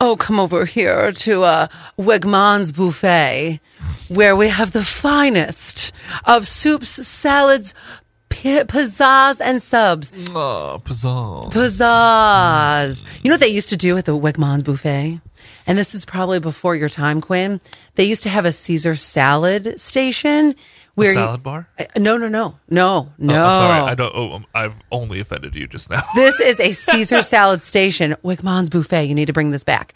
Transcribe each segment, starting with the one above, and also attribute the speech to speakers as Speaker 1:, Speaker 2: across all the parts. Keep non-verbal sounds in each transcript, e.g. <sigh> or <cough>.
Speaker 1: Oh, come over here to uh, Wegmans Buffet, where we have the finest of soups, salads, pi pizzazz, and subs.
Speaker 2: Oh, bizarre.
Speaker 1: Pizzazz. You know what they used to do at the Wegmans Buffet? And this is probably before your time, Quinn. They used to have a Caesar salad station where.
Speaker 2: Salad bar?
Speaker 1: You, Uh, no, no, no. No, no.
Speaker 2: Oh, I'm sorry, I don't. Oh, um, I've only offended you just now.
Speaker 1: This is a Caesar salad station, Wickman's Buffet. You need to bring this back.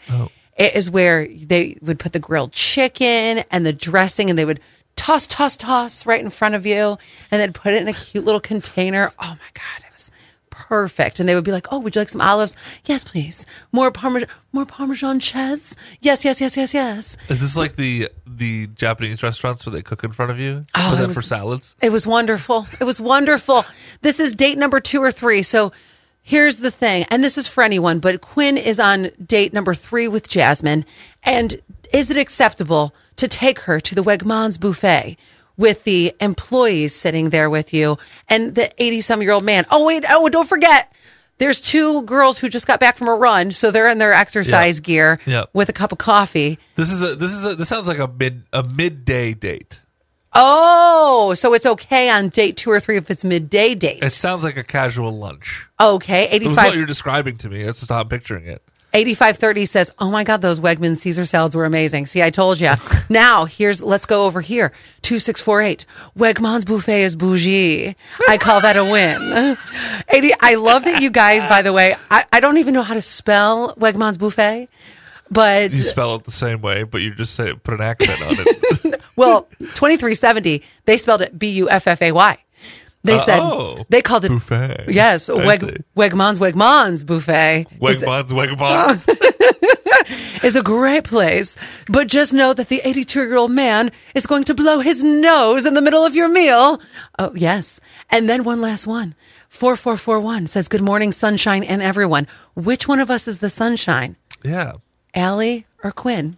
Speaker 1: It is where they would put the grilled chicken and the dressing, and they would toss, toss, toss right in front of you, and then put it in a cute little container. Oh my God, it was perfect. And they would be like, Oh, would you like some olives? Yes, please. More Parmesan, more Parmesan cheese? Yes, yes, yes, yes, yes.
Speaker 2: Is this like the the Japanese restaurants where they cook in front of you?
Speaker 1: Oh,
Speaker 2: but
Speaker 1: it
Speaker 2: then
Speaker 1: was-
Speaker 2: for salads?
Speaker 1: It was wonderful. It was wonderful. This is date number two or three. So here's the thing, and this is for anyone, but Quinn is on date number three with Jasmine. And is it acceptable to take her to the Wegmans buffet with the employees sitting there with you and the 80 some year old man? Oh, wait. Oh, don't forget. There's two girls who just got back from a run, so they're in their exercise
Speaker 2: Yeah.
Speaker 1: gear
Speaker 2: Yeah.
Speaker 1: with a cup of coffee.
Speaker 2: This is a this is a this sounds like a mid a midday date.
Speaker 1: Oh, so it's okay on date two or three if it's midday date.
Speaker 2: It sounds like a casual lunch.
Speaker 1: Okay,
Speaker 2: It was what
Speaker 1: 85,
Speaker 2: you're describing to me. That's just how I'm picturing it.
Speaker 1: 8530 says, "Oh my god, those Wegmans Caesar salads were amazing. See, I told
Speaker 2: <laughs>
Speaker 1: you." now, here's let's go over here. 2648. Wegmans buffet is bougie. I call that a
Speaker 2: <laughs>
Speaker 1: win. 80 I love that you guys by the way. I, I don't even know how to spell Wegmans buffet, but
Speaker 2: You spell it the same way, but you just say put an accent on
Speaker 1: <laughs>
Speaker 2: it.
Speaker 1: well, 2370, they spelled it B U F F A Y. They said
Speaker 2: Oh,
Speaker 1: they called it
Speaker 2: buffet.
Speaker 1: Yes,
Speaker 2: I see.
Speaker 1: Weg, Wegmans Wegmans buffet. is- <laughs>
Speaker 2: Wegmans, Wegmans.
Speaker 1: is a great place, but just know that the 82 year old man is going to blow his nose in the middle of your meal. Oh, yes. And then one last one. 4441 says, Good morning, sunshine and everyone. Which one of us is the sunshine?
Speaker 2: yeah.
Speaker 1: Allie or Quinn?